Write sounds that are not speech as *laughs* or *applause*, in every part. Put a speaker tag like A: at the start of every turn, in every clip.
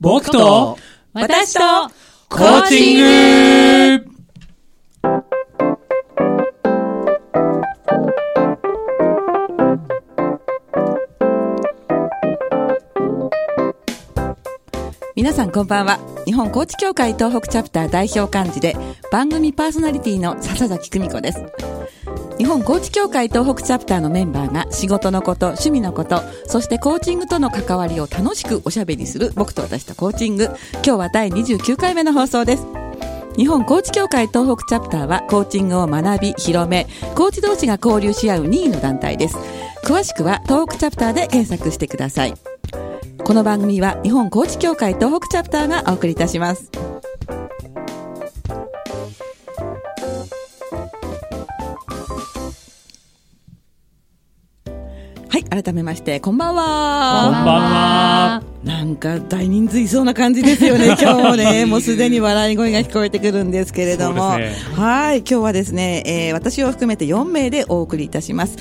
A: 僕と
B: 私と
A: コーチング
B: 皆さんこんばんは日本コーチ協会東北チャプター代表幹事で番組パーソナリティの笹崎久美子です日本コーチ協会東北チャプターのメンバーが仕事のこと趣味のことそしてコーチングとの関わりを楽しくおしゃべりする僕と私とコーチング今日は第29回目の放送です日本コーチ協会東北チャプターはコーチングを学び広めコーチ同士が交流し合う任意の団体です詳しくは東北チャプターで検索してくださいこの番組は日本コーチ協会東北チャプターがお送りいたしますはい改めましてこんばんは
A: こんばんは
B: なんか大人数いそうな感じですよね、
A: *laughs*
B: 今日もね、もうすでに笑い声が聞こえてくるんですけれども、
A: そうです
B: はい、今日はですね、えー私を含めて4名でお送りいたします。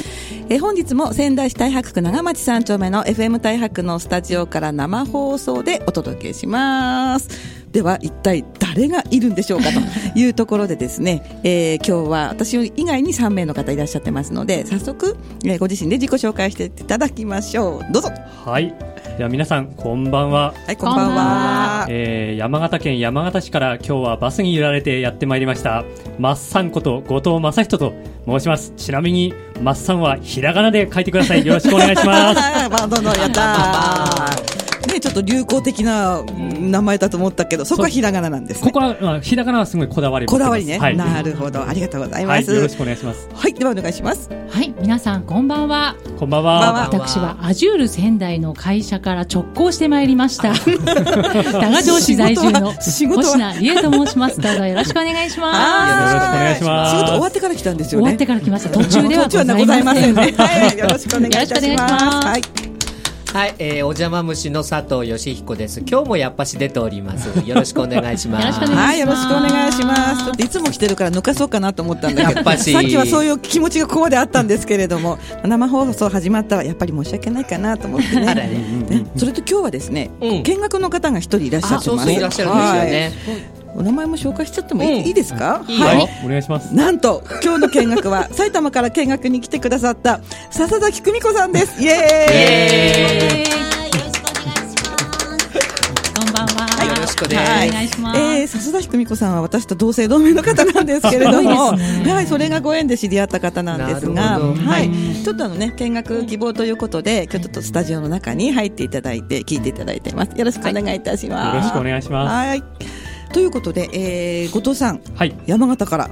B: えー本日も仙台市太白区長町三丁目の FM 太白のスタジオから生放送でお届けします。では、一体誰がいるんでしょうかというところでですね、 *laughs* えー今日は私以外に3名の方いらっしゃってますので、早速、えーご自身で自己紹介していただきましょう。どうぞ。
A: はい。では皆さん、こんばんは。
B: はい、こんばんは。
A: えー、山形県山形市から今日はバスに揺られてやってまいりました。マッサンこと後藤正人と申します。ちなみに、マッサンはひらがなで書いてください。よろしくお願いし
B: *laughs*
A: ます。
B: あーバンドのやったーね、ちょっと流行的なうん名前だと思ったけど、そこはひらがななんです
A: こ
B: ね。
A: こは、まあ、ひらがなはすごいこだわりを持
B: こ
A: って
B: だ
A: ます
B: わりね、
A: はい。
B: なるほど。ありがとうござい
A: は
B: ま
A: い。
B: す。
A: よ
B: は
A: ろ
B: い
A: し、くお願いします。
B: ではお願いします。
C: はい、皆さんこんばんは。
A: こんばん
B: こんばん
A: は。
B: は
C: 私はアジュール仙台の会社から直行してまいりました。 *laughs* 多賀城市在住の
B: 仕事は
C: 星
B: 仕事は
C: 名理恵と申します。どうぞよろしくお願いします。
B: は
A: よろしくお願いします
B: 仕事終わってから来たんです
C: 終
B: よ
C: わ
B: ね。
C: ってから来ました。途中では
B: 途中はご
C: ご
B: ざ
C: ざ
B: い
C: い
B: ま
C: ま
B: せ
C: せ
B: ん
C: ん。
B: ね。はい、よろしくお願いいたします。
C: よろしくお願いします
B: はい、
D: はい、えー、お邪魔虫の佐藤義彦です。今日もやっぱし出ております。よろしくお願いします。
C: よろしくお願いします
B: はい、よろしくお願いします。ちょっといつも来てるから抜かそうかなと思ったんだけど、
D: やっぱし
B: さっきはそういう気持ちがここまであったんですけれども、生放送始まったらやっぱり申し訳ないかなと思ってね。
D: *laughs* あらね
B: ねそれと今日はですね、
D: うん
B: 見学の方が一人いらっしゃ
D: あ、
B: って
D: そう
B: ま
D: そう
B: す。
D: いらっしゃるんですよね。
B: はいお名前も紹介しちゃってもいい,、
D: うん
B: いいですか？
D: いいよ
B: は
A: よ。お願いします。
B: なんと今日の見学は埼玉から見学に来てくださった笹崎久美子さんです。イエーイ。
D: え
C: こんばんは。
D: よろしくお願
C: はいい
D: し
C: お願
D: ま
C: いします。
B: えー、笹崎久美子さんは私と同姓同名の方なんですけれども、はい、それがご縁で知り合った方なんです
D: な
B: が、
D: るほど
B: はい、ちょっとあのね、見学希望ということで、今日ちょっとスタジオの中に入っていただいて、聞いていただいてます。よろしくお願いいたします。
A: よろしくお願いします
B: はい。ということで、えー、後藤さん、
A: はい。
B: 山形から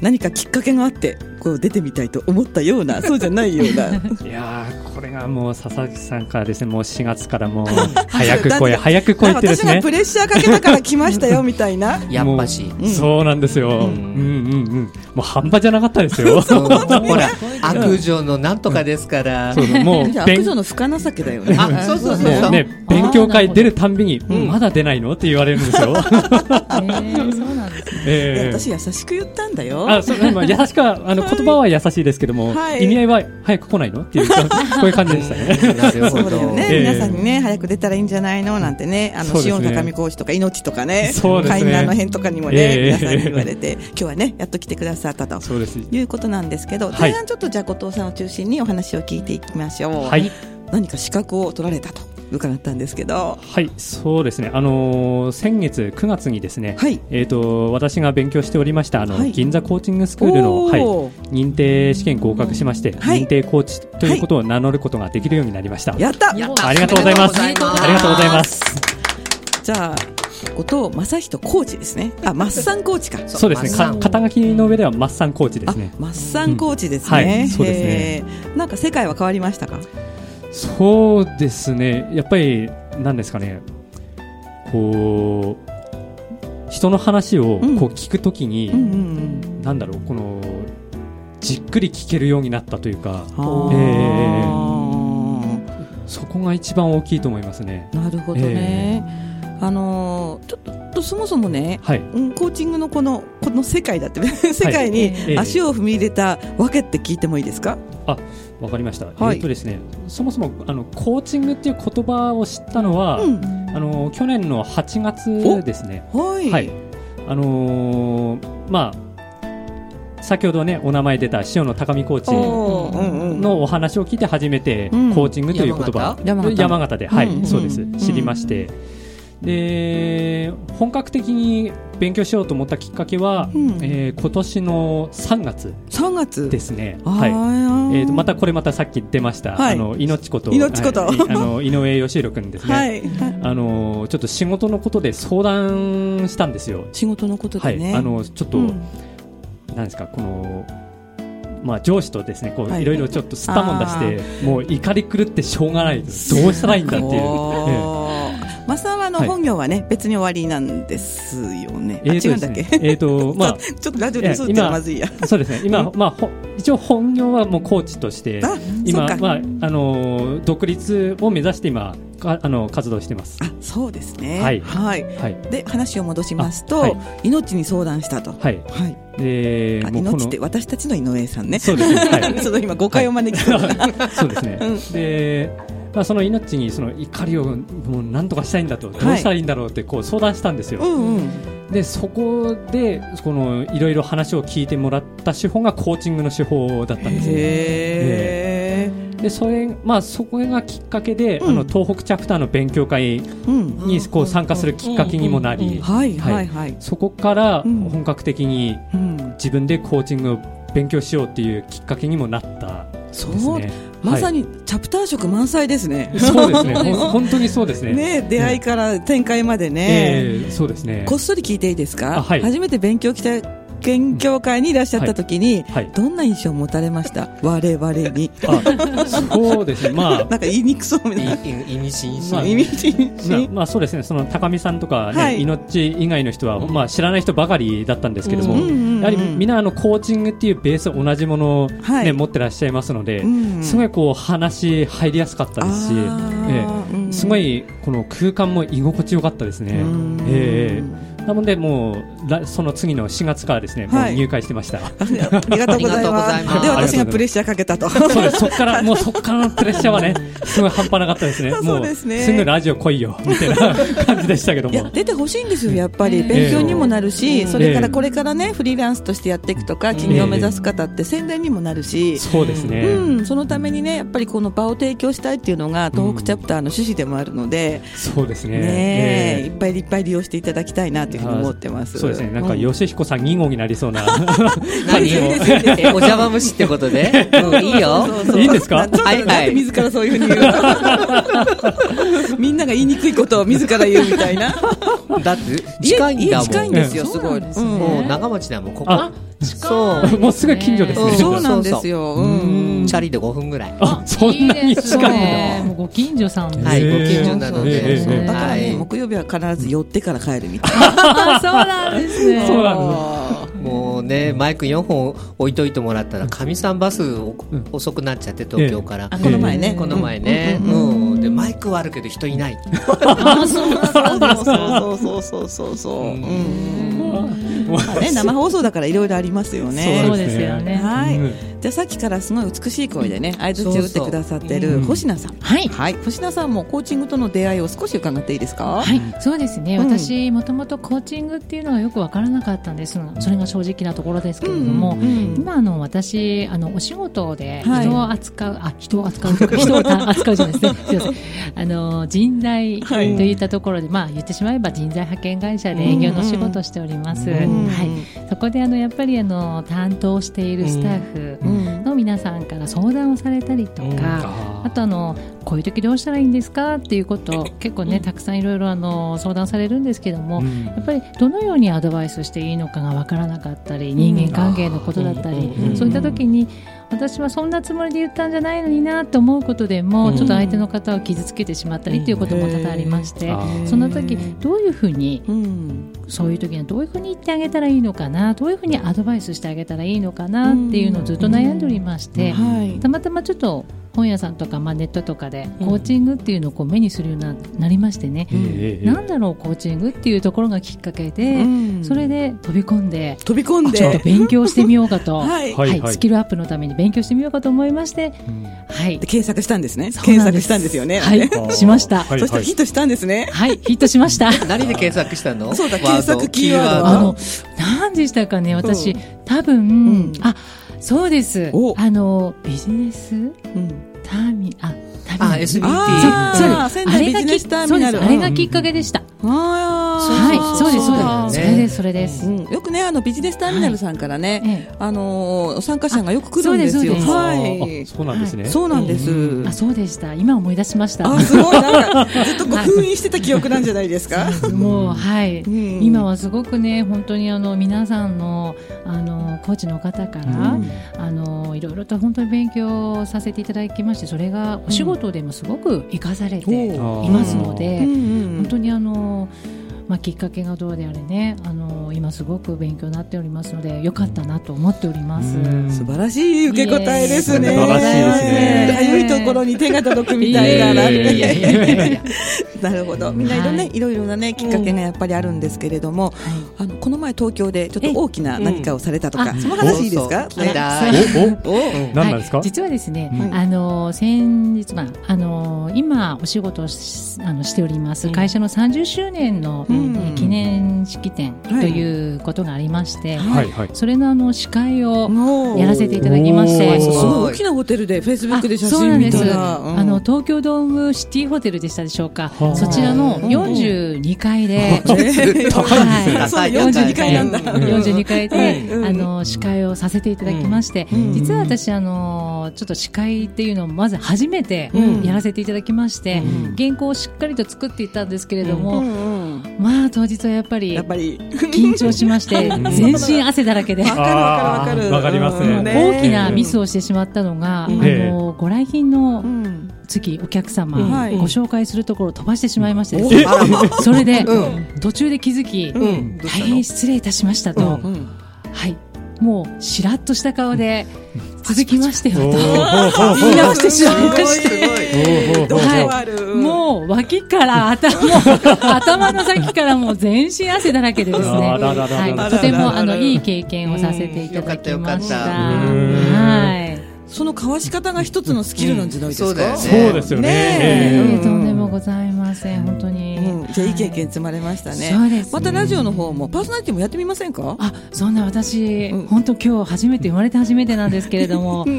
B: 何かきっかけがあって、こう出てみたいと思ったような、そうじゃないような。
A: いやーこれがもう佐々木さんからですねもう4月からもう早く
B: なん
A: 来い
B: か
A: 早く来いってです
B: な
A: ね
B: んか私がプレッシャーかけたから来ましたよ、みたいな。
D: やっぱし。
A: もうそうなんですよ、うん、うんうんもう半端じゃなかったですよ
D: そうほら、悪女のなんとかですから。
A: そうそうもう
B: *laughs* じゃあ、
A: 勉
B: 悪女の深情けだよね。
D: あ、そうそうそう
A: も
D: そうう。
A: ね勉強会出るたんびに、
D: ん
A: まだ出ないのって言われるんですよ、
C: えーそうなんですね。
B: いや
A: ええ
B: 私優しく言ったんだよ。
A: あそうまあ、優しくはあの
B: は
A: 言
B: い
A: 葉は優しいですけども、
B: はい
A: 意味合いは早く来ないのっていうこういう感じでした
D: *laughs*
A: ね
D: なる
B: そ
D: ほ
B: うだよ
D: ど。
B: ね、
A: ええ
B: 皆さんにね、早く出たらいいんじゃないのなんてね、あの、
A: そうですね
B: 塩の高見講師とか、命とかね、
A: そうですね
B: 海南の辺とかにも
A: え
B: ね、
A: え
B: 皆さんに言われて、今日はね、やっと来てくださったと。
A: そうです
B: いうことなんですけど、
A: はい
B: 前半ちょっとじゃあ後藤さんを中心にお話を聞いていきましょう。
A: はい
B: 何か資格を取られたと伺ったんですけど、
A: はい、そうですね。あのー先月9月にですね、
B: はい
A: えっ、と私が勉強しておりましたあの、
B: はい
A: 銀座コーチングスクールの、
B: お
A: はい、
B: ー
A: 認定試験合格しまして、
B: はい
A: 認定コーチということを名乗ることができるようになりました。
B: やった
C: やっ
A: ありがとうございます。あ
D: おめ
A: り
D: でとうござい
A: が
D: ます
A: とうございます。
B: じゃあ、後藤正人コーチですね。あ、マッサンコーチか。
D: そう
A: そうですね。
D: マッサ
A: か
D: ン
A: 肩書きの上ではマッサンコーチで
B: あ
A: すね、。
B: マッサンコーチで
A: う
B: すね。
A: んはいそうですね
B: へー。なんか世界は変わりましたか
A: そうですね。やっぱりなんですかね、こう。人の話を
B: うん
A: こう聞くときに、
B: うんうん
A: なんだろうこのじっくり聞けるようになったというか、
B: うん。あー
A: えそこが一番大きいと思いますね。
B: なるほどね。あのーちょっとそもそもね、
A: はい。
B: うんコーチングのこのこの世界だって世界に
A: ええ
B: 足を踏み入れたわけって聞いてもいいですか？
A: わかりました。
B: はい
A: えっとですね、そもそもあのコーチングっていう言葉を知ったのは、
B: うん。
A: あの去年の8月ですね、
B: はい。
A: はい、あのーまあ、先ほどね、お名前出た塩野高見コーチ
B: おーうんうん。
A: のお話を聞いて初めて、
B: うん
A: コーチングという言葉、
B: 山形
A: 山形で、はい、
B: うんうん
A: そうです、
C: うん
A: 知りまして、で、本格的に勉強しようと思ったきっかけは、
B: うん
A: えー今年の3月
B: 3月。
A: ですすね。はい
B: はい
A: えー、とまたこれまたさっき出ました、
B: はい
A: あの命こと
B: 命こと
A: はいいあ
B: *laughs*
A: の井上義弘君ですね、
B: はい。
A: あのちょっと仕事のことで相談したんですよ、
B: 仕事のこと
A: は
B: で
A: い
B: ね。
A: あのちょっと、
B: うん
A: なんですかこのまあ上司とですねこう、
B: はい
A: い、ろいろちょっと吸ったもん出してもう怒り狂ってしょうがないどうしたらいいんだって
B: *laughs*
A: いう。ええ
B: おーマサはあの
A: はい
B: 本業はね、別に終わりなんですよね。あ
A: えーと
B: 違うん
A: で
B: だ
A: すね
B: っけち
A: えー
B: *laughs*
A: とまあ
B: ょっとラジオで嘘言ったらまずいや。
A: そうですね今、まあ、ほ一応本業はもうコーチとして
B: あ、そ
A: 今
B: っか。
A: まああの独立を目指して今かあの活動してます。
B: あ、そうですね。
A: はい
B: はい。
A: はい
B: で話を戻しますと、
A: あはい
B: 命に相談したと、は
A: はい。
B: い
A: で
B: あ
A: もうこの
B: 命って私たちの井上さんね、
A: そうですね。はい。
B: *laughs* その今、誤解を招きそうな、
A: そうですね、
B: うん
A: で、まあ、その命にその怒りをもう何とかしたいんだと、どうしたらいいんだろうってこう相談したんですよ、
B: うんうん、
A: でそこでこのいろいろ話を聞いてもらった手法がコーチングの手法だったんですよ
B: へ
A: でそれ、まあ、そこがきっかけで、
B: うん
A: あの東北チャプターの勉強会
B: ーうん、
A: にこう参加するきっかけにもなり、
C: うんうんうん
B: はいはいはい、
A: そこから
B: うん
A: 本格的に
B: うん、
A: 自分でコーチングを勉強しようっていうきっかけにもなったんです
B: そう
A: ね。
B: まさ
A: に、
B: にチャプター色満載ですね、
A: そうですね。
B: *laughs*
A: ほん本当にそうですね。
B: ね出会いから展開までね、
A: ええそうですね。
B: こっそり聞いていいですか、
A: あはい
B: 初めて勉強来た勉強会にいらっしゃった時に、
A: はい。
B: どんな印象を持たれました、我々に、 *laughs*
A: あ、そうですね。まあ、
B: なんか言いにくそうみたいな。
D: いい意味深
A: まあ
B: 意味深
A: ま
B: *laughs*
A: あ、まあそうですね。その高見さんとかね、
B: はい
A: 命以外の人は、まあ知らない人ばかりだったんですけども、
B: うんうんうんうん
A: やはりみんなあのコーチングっていうベース同じものをね、
B: はい
A: 持ってらっしゃいますので、
B: うん
A: すごいこう話入りやすかったですし、え
B: あーう
A: え
B: ん
A: すごいこの空間も居心地よかったですね。
B: うん
A: ええなのでもうらその次の4月からですね、もう
B: はい
A: 入会してました。
B: あり
A: *laughs*
B: がとうございま
D: あ
B: す。
D: りがとうございます
B: で、私がプレッシャーかけたと。
A: そうです。そっから、もうそっからのプレッシャーはね、すごい半端なかったですね。
B: そう
A: も
B: ですね
A: すぐラジオ来いよ、みたいな感じでしたけど
B: いや *laughs*
A: も。
B: 出てほしいんですよ、やっぱ
C: え
B: り、
C: え
B: 勉強にもなるし、
C: ええ
B: それからこれからね、フリーランスとしてやっていくとか、企業を目指す方って宣伝にもなるし、
A: そうですね。
B: うん、そのためにね、やっぱりこの場を提供したいっていうのが、東北チャプターの趣旨でもあるので、
A: そうですね。
B: ねえ
A: え
B: いっぱいいっぱい利用していただきたいなというふうに思ってま
A: え
B: す。
A: そうですね。なんか、
B: よ
A: 吉彦さん、二号になりそうな *laughs* 感じも。
D: えお邪魔虫ってことで、うん、いいよ。
A: いいんですか
B: ちょっと
D: はいはい
B: なんで自らそういうふうに
D: *laughs*
B: 言うのみんなが言いにくいことを自ら言うみたいな。
D: だって、 *laughs* 近いんだ
B: 家近
D: も
B: い
D: ん。
B: んですよ、
C: うん
B: すごい。
C: そうなんですね
B: うん
D: もう長持ちだもん、ここ。
A: あ
D: そう。
A: もうすぐ近所ですね。
D: ん
B: そうなんですよ。
A: そううそうん
D: チャリで5分ぐらい。
A: *laughs* あ、そんなに近いんだ。
C: ねもうご近所さん *laughs* です
D: はい、
A: え
D: ご
A: ー
D: 近所なので。
A: えーえー
B: だから
D: は
B: ね、
D: い。
B: 木曜日は必ず寄ってから帰るみ
C: *laughs*
B: たい
C: あそうなんですね。
A: そう
B: な。
A: なんだ
D: もうね、マイク4本置いといてもらったら、かみさんバスお
A: うん
D: 遅くなっちゃって、東京から。
B: あこの前
C: え
B: ね、
C: え
D: この前ね。
B: うんうんうん
D: うん。で、マイクはあるけど人いない。
C: あ
B: *laughs*
C: そうなんですか。
B: そうそうそうそうそう。
D: うん
B: うん
A: もう
B: まあね、生放送だからいろいろありますよ
C: そ
B: ね。
C: うですよね。
B: は
A: う
B: い。
A: ん
B: じゃあさっきからすごい美しい声でね、相槌を打ってくださって
A: そう
B: る
A: そう
B: 星名さん。
C: はい。
B: はい。星名さんもコーチングとの出会いを少し伺っていいですか
C: はい、そうですね、
B: うん
C: 私もともとコーチングっていうのはよく分からなかったんですそれが正直なところですけれども、
B: うん
C: 今あの私あのお仕事で
B: はい
C: 人を扱う、あ人を扱うとか *laughs* 人をた扱うじゃないです *laughs* ねすいませんあの人材と
B: はい
C: いったところで、まあ言ってしまえば人材派遣会社で営業の仕事をしております、
A: うん
C: はい、そこであのやっぱりあの担当しているスタッ
B: う
C: フ
B: ん
C: の皆さんから相談をされたりとか、
A: あー
C: あとあのこういう時どうしたらいいんですかっていうことを結構ね、たくさんいろいろあの相談されるんですけども、
A: うん
C: やっぱりどのようにアドバイスしていいのかがわからなかったり人間関係のことだったり、
D: うん
A: うん
C: そういった時に私はそんなつもりで言ったんじゃないのになと思うことでも、
A: うん
C: ちょっと相手の方を傷つけてしまったりっていうことも多々ありまして、
A: あー
C: その時どういうふうに
B: うん
C: そういう時にはどういうふうに言ってあげたらいいのかなどういうふうにアドバイスしてあげたらいいのかなっていうのをずっと悩んでおりまして、
B: はい
C: たまたまちょっと本屋さんとか、まあ、ネットとかでコーチングっていうのをこう目にするようにななりましてね、
A: ええええ
C: なんだろうコーチングっていうところがきっかけで、
B: うん
C: それで飛び込んで
B: 飛び込ん
C: ちょっと
B: で、
C: 勉強してみようかと、
B: *laughs* はい
A: はいはい
C: スキルアップのために勉強してみようかと思いまして、
A: うん
C: はい
B: で、検索したんですね。
C: そう
B: 検
C: なん
B: 索したんですよね。
C: は
B: あれ
A: あー
C: い、しました。
A: は
C: はいい、
B: そしたらヒットしたんですね。
C: ヒットしました。
D: 何で検索した
B: *laughs*
D: の
B: そうだ
D: ワード
B: 検索キーワード
C: あの、何でしたかね、私、
B: うん
C: 多分、
B: ん
C: あ、そうです
B: お。
C: あの、ビジネス
B: うん
C: ターミ、あ、ターミ
D: あ
C: ナル。
D: SBT
B: あー
C: そうです
B: 仙台ビジネスターミナ
C: そうで
B: ル
C: すあれがきっかけでした。
B: は
C: はいい、
B: そ
C: そううで
B: で
C: すす、
B: そ
C: そうう
B: で
C: ですす。それです、それです。
B: うん、よくね、あのビジネスターミナルさんからね、
C: ええ
B: あのー参加者がよく来るんですよ。
C: あそうです
A: あ、
C: そうです
B: はい
A: そうなんですね。
B: そうなんです。
A: う
C: あ、そうでした。今思い出しました。
B: あ、すごい、なんか、ずっとこう封印してた記憶なんじゃないで
C: *laughs*
B: すか。
C: もう、はい、
B: ん
C: 今はすごくね、本当にあの皆さんのあのコーチの方から、
A: うん
C: あのいろいろと本当に勉強させていただきまして、それがお仕事でもすごく生かされてい
A: おう
C: ますので、
B: 本
C: 本当にあの。まあ、きっかけがどうであれねあの今すごく勉強になっておりますのでよかったなと思っております、
A: うん
B: 素晴らしい受け答えですね。
A: いえ素晴らしいですね
B: かゆいところに手が届くみたいだな。
A: いえいえいえい
B: なるほど。みんないろんな、、
C: はい
B: ろいろなね、きっかけがやっぱりあるんですけれども、あの、この前東京でちょっと大きな何かをされたとか、
C: ええ
B: その話いいですか
D: そうそう聞き
B: *laughs*
D: たい
A: お、お、
D: うん
A: 何なんですか
C: はい、。実はですね、
A: うん
C: あの先日、まあ、あの今お仕事をしあのしております会社の30周年の、
B: うん
C: えー記念式典と
B: はい
C: いうことがありまして、
A: はい、はい。
C: それのあの司会を
B: も
C: やらせていただきまし
A: おー
C: て。
B: す
D: そう
B: ごい大きなホテルで、フェイスブックで写
C: そうな
B: 真
C: ん
B: 見
C: です、
B: たら、うん
C: あの東京ドームシティホテルでしたでしょうか、
A: はあ
C: そちらの42階で、
B: えー
A: 高いですね
B: はいそう
D: 高い
B: 42階なんだ。
A: うん
C: 42階で、
B: うん
C: あの司会をさせていただきまして、
B: うん
C: 実は私あのちょっと司会っていうのをまず初めて
B: うん
C: やらせていただきまして、
A: うん
C: 原稿をしっかりと作っていったんですけれども、
B: うんうん
C: まあ当日はやっぱり
B: やっぱり、
C: 緊張しま
B: *laughs*
C: して
A: ん
C: 全身汗だらけで。
B: わかるわかるわかる。
A: あーわかりますね
B: う
C: *laughs*
B: ん
C: 大きなミスをしてしまったのが、
B: うん
C: あのご来賓の
B: うん
C: 次お客様、
B: うんはい
C: ご紹介するところを飛ばしてしまいましてです
A: え
C: ね、それで、途中で気づき、
B: うん
C: 大変失礼いたしましたと、
B: うん
C: はい、もうしらっとした顔で続きましてよ
A: お
C: と、
A: ー
C: 言い直してしまいまし
B: すご
A: お
B: い
A: ーおー
B: 度
A: おー
B: 胸ある。
C: た、もう脇から頭、頭の先からもう全身汗だらけでですね、
A: あらららら
C: は
B: ら
C: い、とても
B: あららら
C: あのいい経験をさせていただきました。
A: うんよかったよかった
C: はい
B: その交わし方が一つのスキルなんじゃないですか。
D: うんそうだよね
A: そうですよ
B: ね
C: い
A: ね。
B: え
A: ええ
C: えとんでもございません、本当に。
B: うんじゃあいい経験
C: はい
B: 積まれましたね。
C: そうです
B: またラジオの方もパーソナリティもやってみませんか？
C: あそんな私、
B: うん
C: 本当今日初めて生まれて初めてなんですけれど
B: *laughs*
C: も、な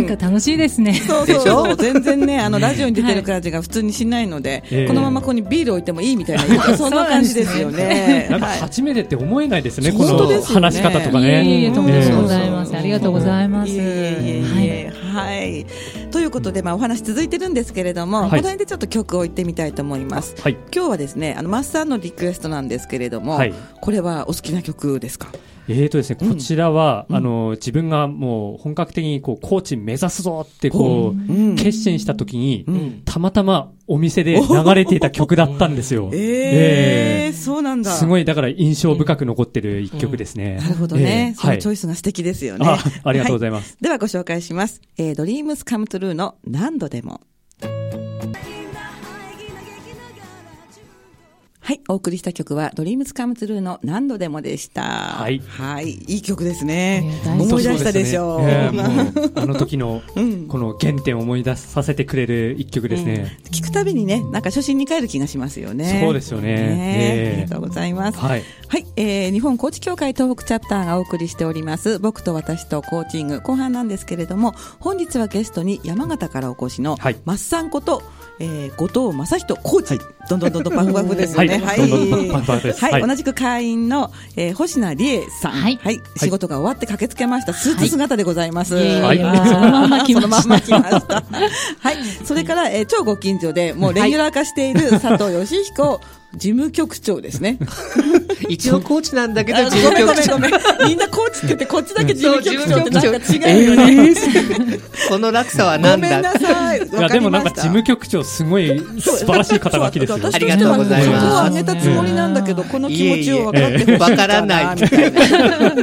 C: んか楽しいですね。
B: そうそうそう全然ねあのラジオに出てる感じが普通にしないので、
A: ええ
B: このままここにビール置いてもいいみたいなそんな感じですよね。
A: なんか
B: はい
A: 初めてって思えないですね、
B: そう
A: こ
B: 本当で
A: の
B: すよね
A: 話し方とか
C: いえいえ、
A: ね。
C: とんでもござい
A: え
C: ません。ありがとうございます。
B: いえいえいえいえはい、ということで、まあ、お話続いてるんですけれども、
A: はい
B: この辺でちょっと曲を置いてみたいと思います
A: えはい。
B: 今日はですねあのマッサンのリクエストなんですけれども、
A: はい
B: これはお好きな曲ですか
A: えーとですね、こちらは、あの、自分がもう本格的にこう、コーチ目指すぞってこう、
B: うん
A: 決心した時に、
B: ん
A: たまたまお店で流れていた曲だったんですよ。
B: ええ
A: え
B: そうなんだ
A: すごい、だから印象深く残ってる一曲ですね。
B: なるほどね、
A: ええ
B: そ
A: はい
B: のチ。ョイスが素敵ですよね
A: あ、ありがとうございます。
B: ではご紹介します。えー、ドリームスカムトゥルーの何度でも。はい、お送りした曲は、ドリームスカムトゥルーの何度でもでした。はいはい、いい曲ですね
C: ね。大好き
B: 思い出したでしょう。
A: ええもうあの時の、
B: うん
A: この原点を思い出させてくれる一曲ですね。
B: 聞くたびにね、なんか初心に帰る気がしますよね。
A: そうですよねええ
B: ありがとうございます。
A: はい。
B: はい、えー、日本コーチ協会東北チャプターがお送りしております、僕と私とコーチング後半なんですけれども、本日はゲストに山形からお越しの、
A: はい
B: マッサンこと、えー、後藤正人コーチ、どんどんどんどんパフパフですよね。
A: はいどんどんパフパフです
B: はい
A: はい
B: 同じく会員の、えー、星名理恵さん、は
C: はいい、
B: 仕事が終わって駆けつけました、スーツ姿でございます。
C: いえいえ
A: はい
C: そのまんま来ました
B: そのんま来
C: *laughs*
B: ました。はい、それから、えー、超ご近所で、もうレギュラー化している佐藤義彦事務局長ですね。
D: 一応コーチなんだけど
B: あ
D: 事務局長
B: ごめんごめんごめん。みんなコーチって言って、こっちだけ事
D: そう
B: 務局長ってなん
D: 事務局
B: か
D: 長
B: 違うよね。
D: この落差は
B: ご
D: 何
B: めんな
D: だ
B: さい。わかりまし
A: い
B: た
A: やでもなんか事務局長すごい素晴らしい肩書きですよ
B: そう私
D: ありがとうございます
B: 手を挙げたつもりなんだけど、この気持ちを分かってほしい
D: わからない
B: みたいな。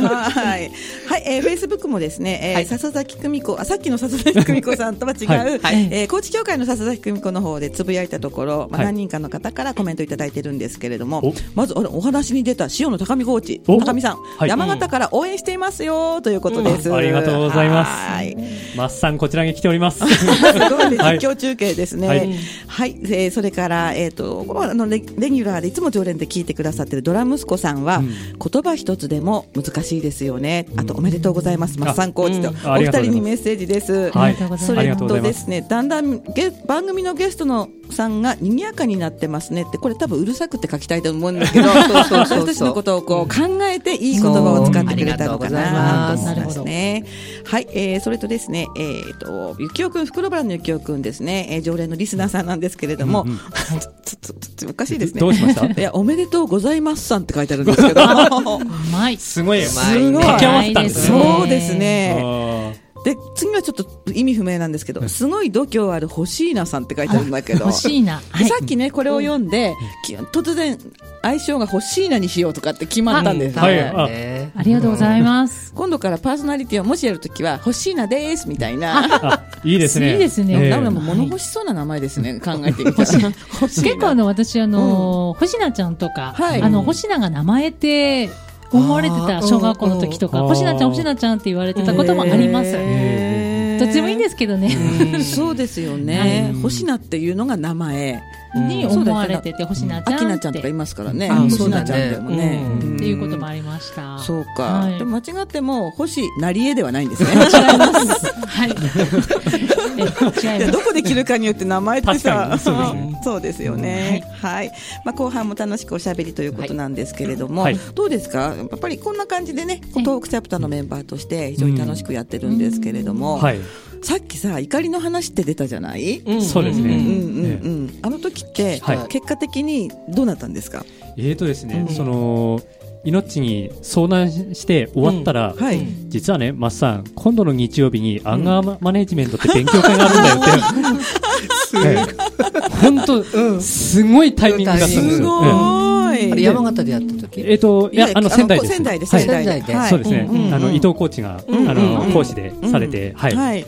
B: はい。はい、えー、Facebook もですね、えー
D: はい
B: 笹崎久美子、あ、さっきの笹崎久美子さんとは違う、
A: はい
D: はい
B: えー高知協会の笹崎久美子の方でつぶやいたところ、ま
A: は
B: あ、
A: い
B: 何人かの方からコメントいただいてるんですけれども、
A: お
B: まずあれお話に出た塩野高見コーチ、
A: お
B: 高見さん、
A: はい
B: 山形から応援していますよということです。
A: ありがとうございます
B: はい。
A: マッサンこちらに来ております。
B: すごいね、実
A: はい
B: 況中継ですね。
A: は
B: はいい、えーそれから、えっ、と、ここはあのレ、レギュラーでいつも常連で聞いてくださってるドラ息子さんは、言葉一つでも難しいですよね。あと、おめでとうございます。マッサンコーチと、
A: うんあ
B: お
A: り
B: 二
A: がとうござ
B: 人
A: います
B: にメッセージです。
A: はい
C: ありがとうございます
B: そ
A: あり
B: れ
A: がとうござ
B: と
A: いま。
B: ですすね、だんだんゲ番組のゲストのさんが賑やかになってますねって、これ多分うるさくって書きたいと思うんだ
A: *laughs*
B: けど、
D: そうそうそうそう
B: 私たちのことをこう考えていい言葉を使ってくれたのかなと
C: そうあり
B: 思
C: が
B: いま
C: とう
B: す
C: ござ
B: ね。はい、えー、それとですね、えー、と、ゆきおくん、袋原のゆきおくんですね、えー、常連のリスナーさんなんですけれども、ちょちょちょ *laughs* ちょおかしいですね。
A: どうしました
B: いや、おめでとうございますさんって書いてあるんです
A: *laughs*
B: けど、
C: うまい。
A: すごい。
D: す
B: すごい。
A: 掛け合わせたんですね
B: そうですね。
A: あ
B: で次はちょっと意味不明なんですけど、すごい度胸ある欲しいなさんって書いてあるんだけど
C: 欲しいな。
B: でさっきねこれを読んで、き突然相性が欲しいなにしようとかって決まったんです、
A: あはい
D: ね
C: ありがとうございます。
B: 今度からパーソナリティをもしやるときは欲しいなですみたい
A: *laughs*
B: な。
A: ーあいいですね。
C: いいですね
A: ええ
B: なんかもう物欲しそうな名前で
C: *laughs*
B: すね、考えてみたら。欲しいな
C: 結構あの私あの、星名ちゃんとか、
B: はい
C: あの星名が名前って思われてた小学校の時とか、
A: あー
C: 星名ちゃん星名ちゃんって言われてたこともあります。
B: へー
C: どっちでもいいんですけどね。
B: そうですよね
A: うん。
B: 星名っていうのが名前。
C: に思われてて星名ちゃ
B: 秋
C: ん
B: 名
C: っ
B: ちゃんとか
C: て
B: いますからね。
D: あ
B: 星名ちゃんでもね
D: そうだね。
B: ん
C: っていうこともありました。
B: そうか、
C: はい
B: でも間違っても星成江ではないんですね。
C: *laughs* はい。え違い
B: *laughs* いや
C: ます
B: ど。こで着るかによって名前ってさ、
A: 確かにそうですね
B: そうですよね。はい、まあ後半も楽しくおしゃべりということなんですけれども、
A: はい
B: どうですか。やっぱりこんな感じでね、
C: ええ
B: 東北チャプターのメンバーとして非常に楽しくやってるんですけれども、
A: はい。
B: さっきさ怒りの話って出たじゃない。
D: うん
A: そうです
B: うん
A: ね
B: うんうん、あの時って、
A: はい
B: 結果的にどうなったんですか、
A: えーとですね、その命に遭難して終わったら、
B: はい、
A: 実はね、マッサン、今度の日曜日にアンガーマネジメントって勉強会があるんだよって。 *laughs* 本当、すごいタイミングだったんですよ。
B: すごーい、
D: あれ山形でやった時
A: えっと、いや、あの、仙台です。
B: 仙台です、
A: はい
B: 仙台
D: 仙台で
B: はい
A: そうですね
B: んん。
A: あの、伊藤コーチが、あ
B: ん
A: の、講師で
B: うん
A: されて、は。
B: はいい、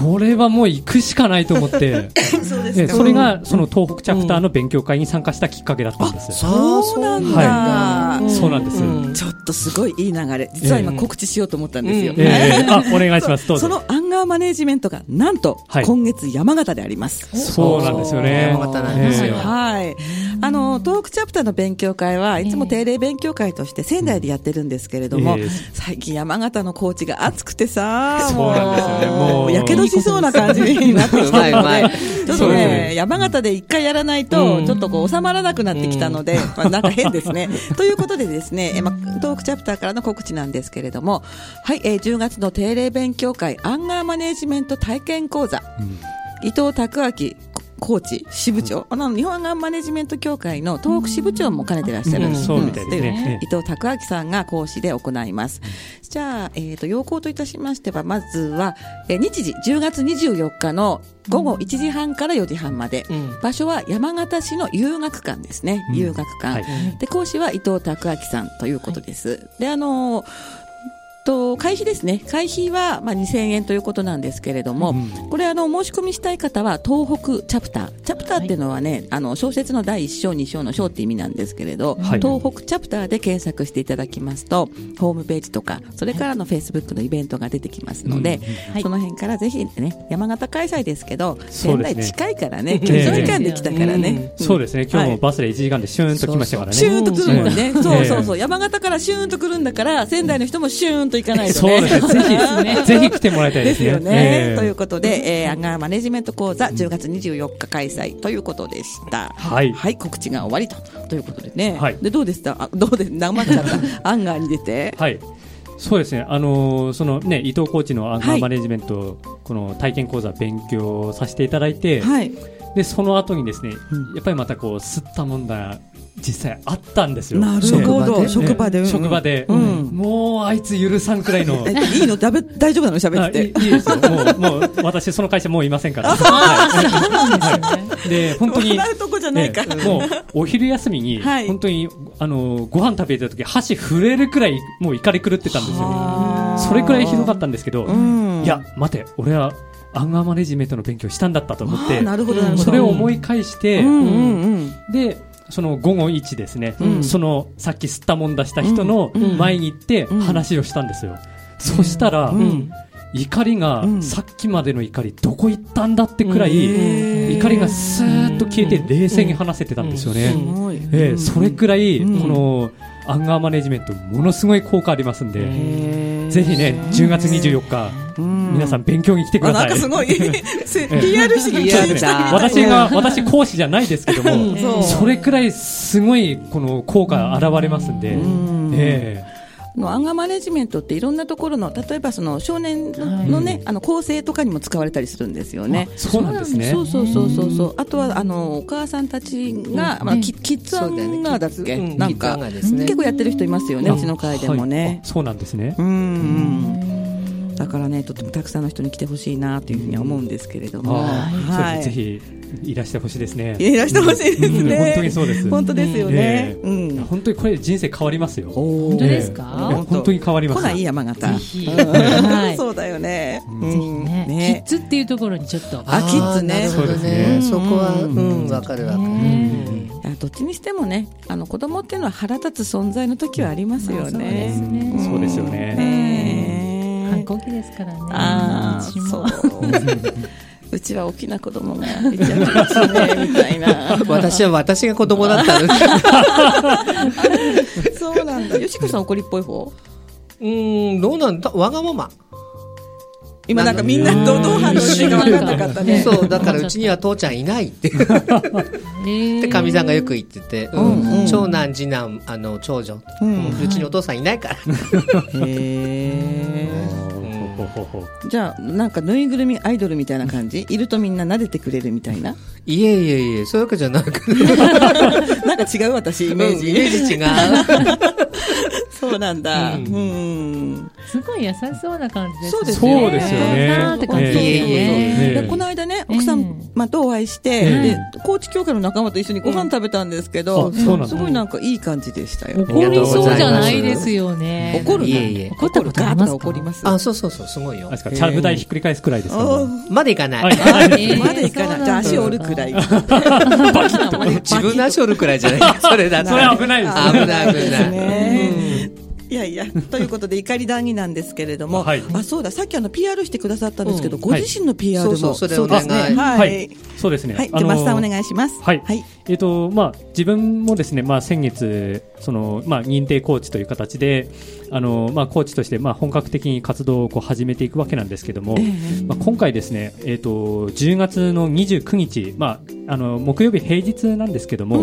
A: これはもう行くしかないと思
B: *laughs*
A: って、
B: そうです
A: で
B: か
A: それが、その東北チャプターの勉強会に参加したきっかけだったんですよ。
B: そうなんだ、
A: はそうなんです。
D: うん
B: ちょっとすごいいい流れ、実は今、
A: ええ
B: 告知しようと思ったんですよ。
D: うん
A: ええあ、お願いします。どう
B: そ
A: ぞ。
B: のアンガーマネジメントがなんと、
A: はい
B: 今月、山形であります。
A: そうなんですよね。
D: 山形なんですよ
A: ええ
B: はい、あの東北チャプターの勉強会はいつも定例勉強会として仙台でやってるんですけれども、
A: ええ
B: 最近、山形のコーチが熱くてさ、
A: そうなんですよねもう
B: やけどし *laughs* そうな感じになってきた
D: うまいうま
B: の
D: い *laughs*
B: で、ちょっとね、山形で一回やらないと、ちょっとこう収まらなくなってきたので、まあなんか変ですね。 *laughs* ということでですね、えまあ、トークチャプターからの告知なんですけれども、はい、えー10月の定例勉強会、アンガーマネジメント体験講座、伊藤拓明コーチ支部長、あの日本アンガーマネジメント協会の東北支部長も兼ねてらっしゃる、
A: うんそうみたいですね
B: うん
A: ええ
B: 伊藤拓明さんが講師で行います。じゃあ、えっ、と、要項といたしましては、まずは、えー日時10月24日の午後1時半から4時半まで。
D: うん
B: 場所は山形市の遊学館ですね。
A: うん
B: 遊学館。
A: はい
B: で、講師は伊藤拓明さんということです。で、あのーと会費ですね会費は、まあ、2000円ということなんですけれども、
A: うん
B: これあの申し込みしたい方は東北チャプターチャプターっていうのはね、あの小説の第1章2章の章って意味なんですけれど、
A: はい
B: 東北チャプターで検索していただきますとホームページとかそれからのフェイスブックのイベントが出てきますので、
A: うんうん
C: はい
B: その辺からぜひね山形開催ですけど
A: そう
B: 仙
A: ですね
B: 台近いからね
A: ええ
B: 距離感できたからね、ん
A: そうですね。今日
B: は
A: も
B: い
A: バスで1時間でシューンと来ましたからね。
B: シューンと来るもんね、
A: うん
B: そうそうそう、山形からシューンと来るんだから、仙台の人もシューンと行かないと
A: そう
B: ね。
A: ですね。ぜひ、ぜひ来てもらいたい
B: *laughs* で
A: ですすね。
B: よね。
A: ええ
B: ということで、えーアンガーマネジメント講座10月24日開催ということでした。
A: はい
B: 告知が終わりとということでね。
A: はい
B: でどうでした？ *laughs* あどうで生っちゃった。アンガーに出て。
A: はい。そうですね。あのーそのね、伊藤コーチのアンガ
B: は
A: ー
B: い
A: マネジメント、この体験講座勉強させていただいて、
B: はい。
A: でその後にですね、
B: うん
A: やっぱりまたこう吸ったもんだ実際あったんですよ
B: なるほど職
A: 職
B: 場
A: 場
B: で
A: で
B: うん
A: 職場で、
B: うん
A: もうあいつ許さんくらい
B: *laughs*
A: の
B: えいいのだべ大丈夫なの喋
A: あ
B: っ
A: いいい
B: て
A: いですよもうもう私その会社もういませんからはいで本当に
B: *laughs* 笑うとこじゃないか、
A: ねもうお昼休みに、
B: はい
A: 本当にあのご飯食べてた時箸震えるくらいもう怒り狂ってたんですよ
B: あー
A: それくらいひどかったんですけど、
B: うん
A: いや待て俺はアンガーマネジメントの勉強したんだったと思って
B: あーなるほどなるほど
A: それを思い返して、
B: うんうんうん
A: でその午後1ですね、
B: うん
A: そのさっき吸ったもんだした人の
B: うん
A: 前に行って
B: うん
A: 話をしたんですよ、そしたら、
B: うん
A: 怒りが、
B: うん
A: さっきまでの怒りどこ行ったんだってくらい、
B: へー
A: 怒りがスーッと消えて冷静に話せてたんですよね、
B: すごい
A: ええそれくらい、
B: うん
A: このアンガーマネジメントものすごい効果ありますんで、ぜひね10月24日、皆さ
B: ん
A: ん勉強に来てく
B: あ
A: だ
B: な
A: さ
B: ん
A: い
B: かすごいせリアルしが
D: リア
B: 聞
D: ル
B: いた
D: だ
A: 私が、私講師じゃないですけども、
B: そう
A: それくらいすごいこの効果現れますんで、
B: ん
A: え
B: あのアンガーマネジメントっていろんなところの例えばその少年の
C: はい
B: のね、あの構成とかにも使われたりするんですよ
A: え
B: ね。
A: あそうなんですね
B: そうそうそうそうそう。あとはあのお母さんたちが、まあ
C: ね
B: キキッズアンガーだっけ、
D: うん
B: なん
D: キッズア
B: か
D: ンガーですね
B: 結構やってる人いますよね
A: あ
B: うちの会でも
A: はい
B: ね
A: あ。そうなんですね、
B: うんうん。だからねとってもたくさんの人に来てほしいなというふうには思うんですけれども、
A: ああそうで
B: は
A: すねぜひいらしてほしいですね
B: いらしてほしいですね
A: うん本当にそうです
B: 本当ですよね。
A: ええ
B: うん
A: いや本当にこれ人生変わりますよ
B: おー
C: 本当です
A: え
C: か
A: え本当に変わります
B: 来ない山形。
C: はい
B: *laughs* そうだよね。
A: うん
B: うん
C: ね
B: ね
C: キッズっていうところにちょっと
B: あキッズね
D: なるほ
A: そ
D: ど
A: う
D: ね
A: です
B: ね
D: そこは
B: う
D: うんんわかるわかる、
C: ね
B: あどっちにしてもね、あの子供っていうのは腹立つ存在の時はありますよね。
C: ね
A: そうですよね
B: ねえ
C: 反抗期ですからね
B: ああ、
C: うちも
B: そう。 *laughs* うちは大きな子供がいちゃいますね、みたいな。
D: 私は私が子供だったので
B: *laughs* そうなんだ。よしこさん怒りっぽい方
D: うーんどうなんだわがまま
B: 今なんかみんなどどう反応していいか分かんなかったね。
D: そうだからうちには父ちゃんいないって
C: え
D: でかみさんがよく言ってて、うん
B: うんうん
D: 長男次男あの長女、
B: う
D: うんんうちのお父さんいないから、
B: へー
A: ほほほほ
B: じゃあ、なんかぬいぐるみアイドルみたいな感じいるとみんな撫でてくれるみたいな。
D: *laughs*
B: *laughs*
D: い、えいえいえそういうわけじゃなくイ
B: なんか違う私、イメー
D: イ
B: ジ。
D: メージ違う
B: そうなんだ。う
D: うん
B: ん。
C: すごい優しそうな感じです
B: そうですよね
A: そうですよ
C: なーって感じです
B: ええ
C: よね
A: ええ
B: でこの間ね、
C: ええ
B: 奥さんまとお会いして、
A: ええ
B: で、高知教会の仲間と一緒にご飯食べたんですけど、
A: あそうなんだ
B: すごいなんかいい感じでしたよ。
C: 怒りそうじゃないですよね
B: 怒るない
D: えいえ
C: 怒ったことあり
B: ガ
C: ま
B: ーッ
C: す
B: と
C: か
B: 怒ります。
D: *laughs* あそうそうそうすごい
A: あ
D: よ
A: れですかちゃぶ台ひっくり返すくらいですか
B: おー
D: までいかない、
A: はい
C: えー
B: まだいかない。じゃあ足折るくらい。
D: *laughs* 自分の足折るくらいじゃない *laughs* それだ
A: それは危ないです
D: 危ない危ない、
B: ねいやいや、ということで、怒り談義なんですけれども、
A: はい
B: あ、そうだ、さっきあの、PR してくださったんですけど、
D: うん
B: ご自身の PR も、
D: はいそうそうそれお願い
B: ですねはい。は
A: はいい、そうですね
B: はい、じゃ
A: あ
B: あ、
A: のー
B: 松さんお願いします。
A: はい
B: はい。
A: えっとまあ、自分もですね、まあ、先月その、まあ、認定コーチという形であの、まあ、コーチとして、まあ、本格的に活動をこう始めていくわけなんですけども、まあ、今回ですね、えっと10月の29日、まあ、あの木曜日平日なんですけども、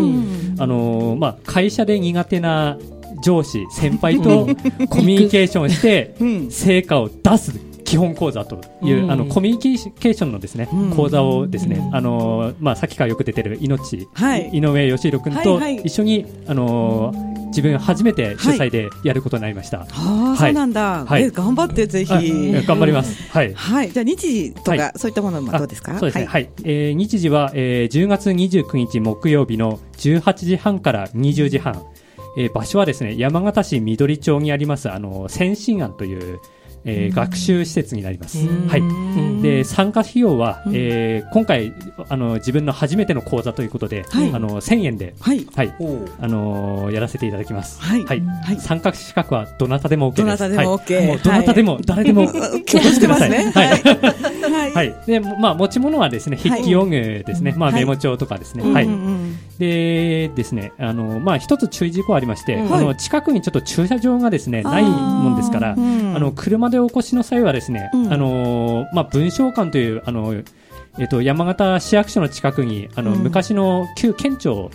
A: あのまあ、会社で苦手な上司先輩と *laughs* コミュニケーションして
B: うん
A: 成果を出す基本講座という、
D: うん
A: あのコミュニケーションのですね、
B: うん
A: 講座をですね、あのまあ、さっきからよく出てる命
B: はい。
A: 井上義弘君
B: は
A: と
B: いはい
A: 一緒に、あのー自分初めて主催でやることになりました。
B: はあ、
A: はい
B: そうなんだ。
A: はい
B: え頑張って、ぜひ。
A: あ頑張ります。はい。
B: はい。じゃあ、日時とか、
A: はい
B: そういったものもどうですか
A: あそうですね。
B: はい。
A: はい。えー日時は、えー10月29日木曜日の18時半から20時半。えー場所はですね、山形市緑町にあります、あのー、先進庵という、えー学習施設になります。はい。で参加費用は、えー今回あの自分の初めての講座ということで、
B: はい
A: あの1000円で、
B: はい。
A: はい、
D: おう
A: あのーやらせていただきます。
B: はい
A: はい参画資格はどなたでも OK です。
B: どなたでも OK
A: はいもうどなたでも、誰
B: *laughs*
A: でも。は
B: 共通してますね。
A: はい
B: はい。はい。
A: い。で、まあ、持ち物はですね、筆記用具ですね、まあ、メモ帳とかですね。はい。
B: うんうん
A: でですね、あの、まあ、一つ注意事項ありまして、
B: うん
A: あの、近くにちょっと駐車場がですね、
B: あー
A: ないもんですから、あ
B: うん
A: の、車でお越しの際はですね、
B: うん
A: あの、まあ、文章館という、あの、えっと、山形市役所の近くに、あの、
B: うん
A: 昔の旧県庁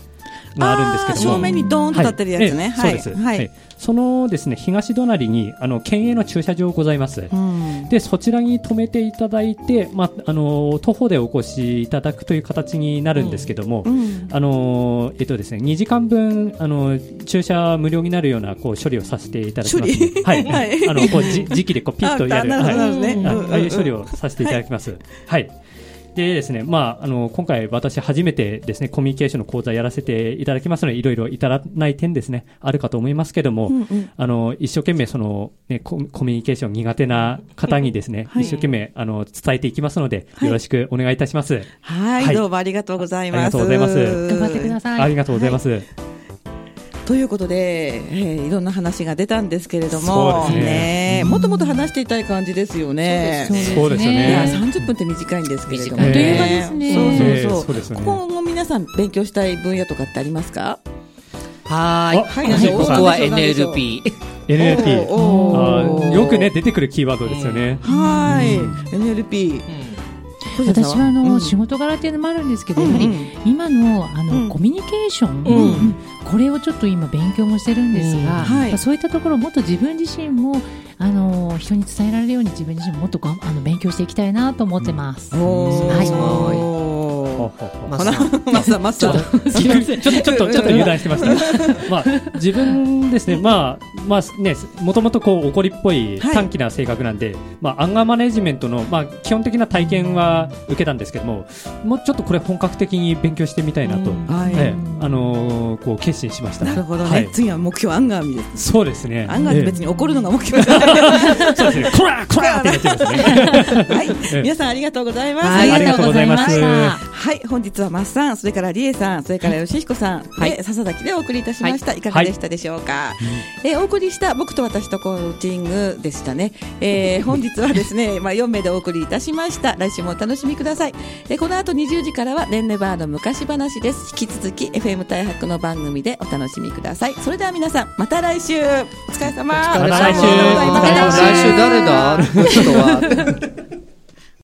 A: があるんですけども
B: あー正面にドーンと立ってるやつね
A: はいええそう
B: はい
A: です、
B: はい
A: はいそのですね東隣にあの県営の駐車場ございます、
B: うん
A: でそちらに止めていただいて、まあ、あの徒歩でお越しいただくという形になるんですけども、
B: うん
A: あのえっとですね、2時間分あの駐車無料になるようなこう処理をさせていただきます
B: 処理
A: はい、
B: *laughs* は
A: はいい、あのこうじ時期でこうピッとやる
B: あなるほど
A: はい
B: な
A: あ
B: るほどねうんうんうん
A: ああいう処理をさせていただきます。はい、でですね、まああの今回私初めてですねコミュニケーションの講座やらせていただきますのでいろいろいただない点ですねあるかと思いますけども、
B: うんうん
A: あの一生懸命そのねココミュニケーション苦手な方にですね、
B: はい
A: 一生懸命あの伝えていきますので、
B: はい
A: よろしくお願いいたします。
B: はい、
A: はい
B: どうもありがとうございます。
A: ありがとうございます
C: 頑張ってくだ
B: い。
C: さい。
A: ありがとうございます。
B: ということで、えーいろんな話が出たんですけれども、
A: そうですね
B: えもっともっと話していたい感じですよね。
C: そうですね
A: そうですよ
B: いや、
A: ね
B: 30分って短いんですけれども、
D: 短い
B: あっという間
A: ね
B: そうそう
A: ねそうで
B: そ
A: す
B: う。
A: よね
B: 今後皆さん勉強したい分野とかってありますか？
D: はーい。
A: はい
B: なんで
D: 僕は
B: なんでしょう
D: NLP。
A: NLP
B: おーお
A: あ
B: ー
A: ーよくね出てくるキーワードですよね。
B: はい、NLP。
C: 私はあの、仕事
B: 事
C: 柄っていうのもあるんですけど、
B: うん
C: やはり今のあの、
B: うん
C: コミュニケーション、
B: うん
C: うんこれをちょっと今勉強もしてるんですが、
D: うん
B: はい
C: まあそういったところをもっと自分自身もあの人に伝えられるように自分自身ももっとがんあの勉強していきたいなと思ってます。
B: お
C: はい
A: ほう
B: ー。
A: ほうほう
D: ま
B: ほな
D: あ、
B: マサマサ。
A: ちょっとちょっとちょっとちょっと油断してま
B: *laughs*
A: した。まあ自分ですね。まあまあねもともとこう怒りっぽい
B: はい
A: 短気な性格なんで、まあアンガーマネジメントのまあ基本的な体験は受けたんですけども、もうちょっとこれ本格的に勉強してみたいなと、
C: うん
B: はい
A: ええあのーこう決心しました。
B: なるほどね、
A: はい
B: 次は目標アンガーミです。
A: そうですね。
B: アンガーミ別
A: に。
B: に怒るのが目標じゃない。
A: *laughs* そうですね。こらこらってなっちゃいますね。
B: はい、皆さんありがとうございます。
A: はいありがとうございます
C: ありがとうございました
B: はい、本日はマッさん、それからリエさん、それから吉彦さん、で笹崎でお送りいたしました。い、かがでしたでしょうか、えーお送りした僕と私とコーチングでしたね。えー本日はですね、まあ4名でお送りいたしました。来週もお楽しみください。えーこの後20時からはネンネバーの昔話です。引き続き FM 大白の番組でお楽しみください。それでは皆さん、また来週お疲れ様
D: また
A: 来週
D: また来週誰だゲストは。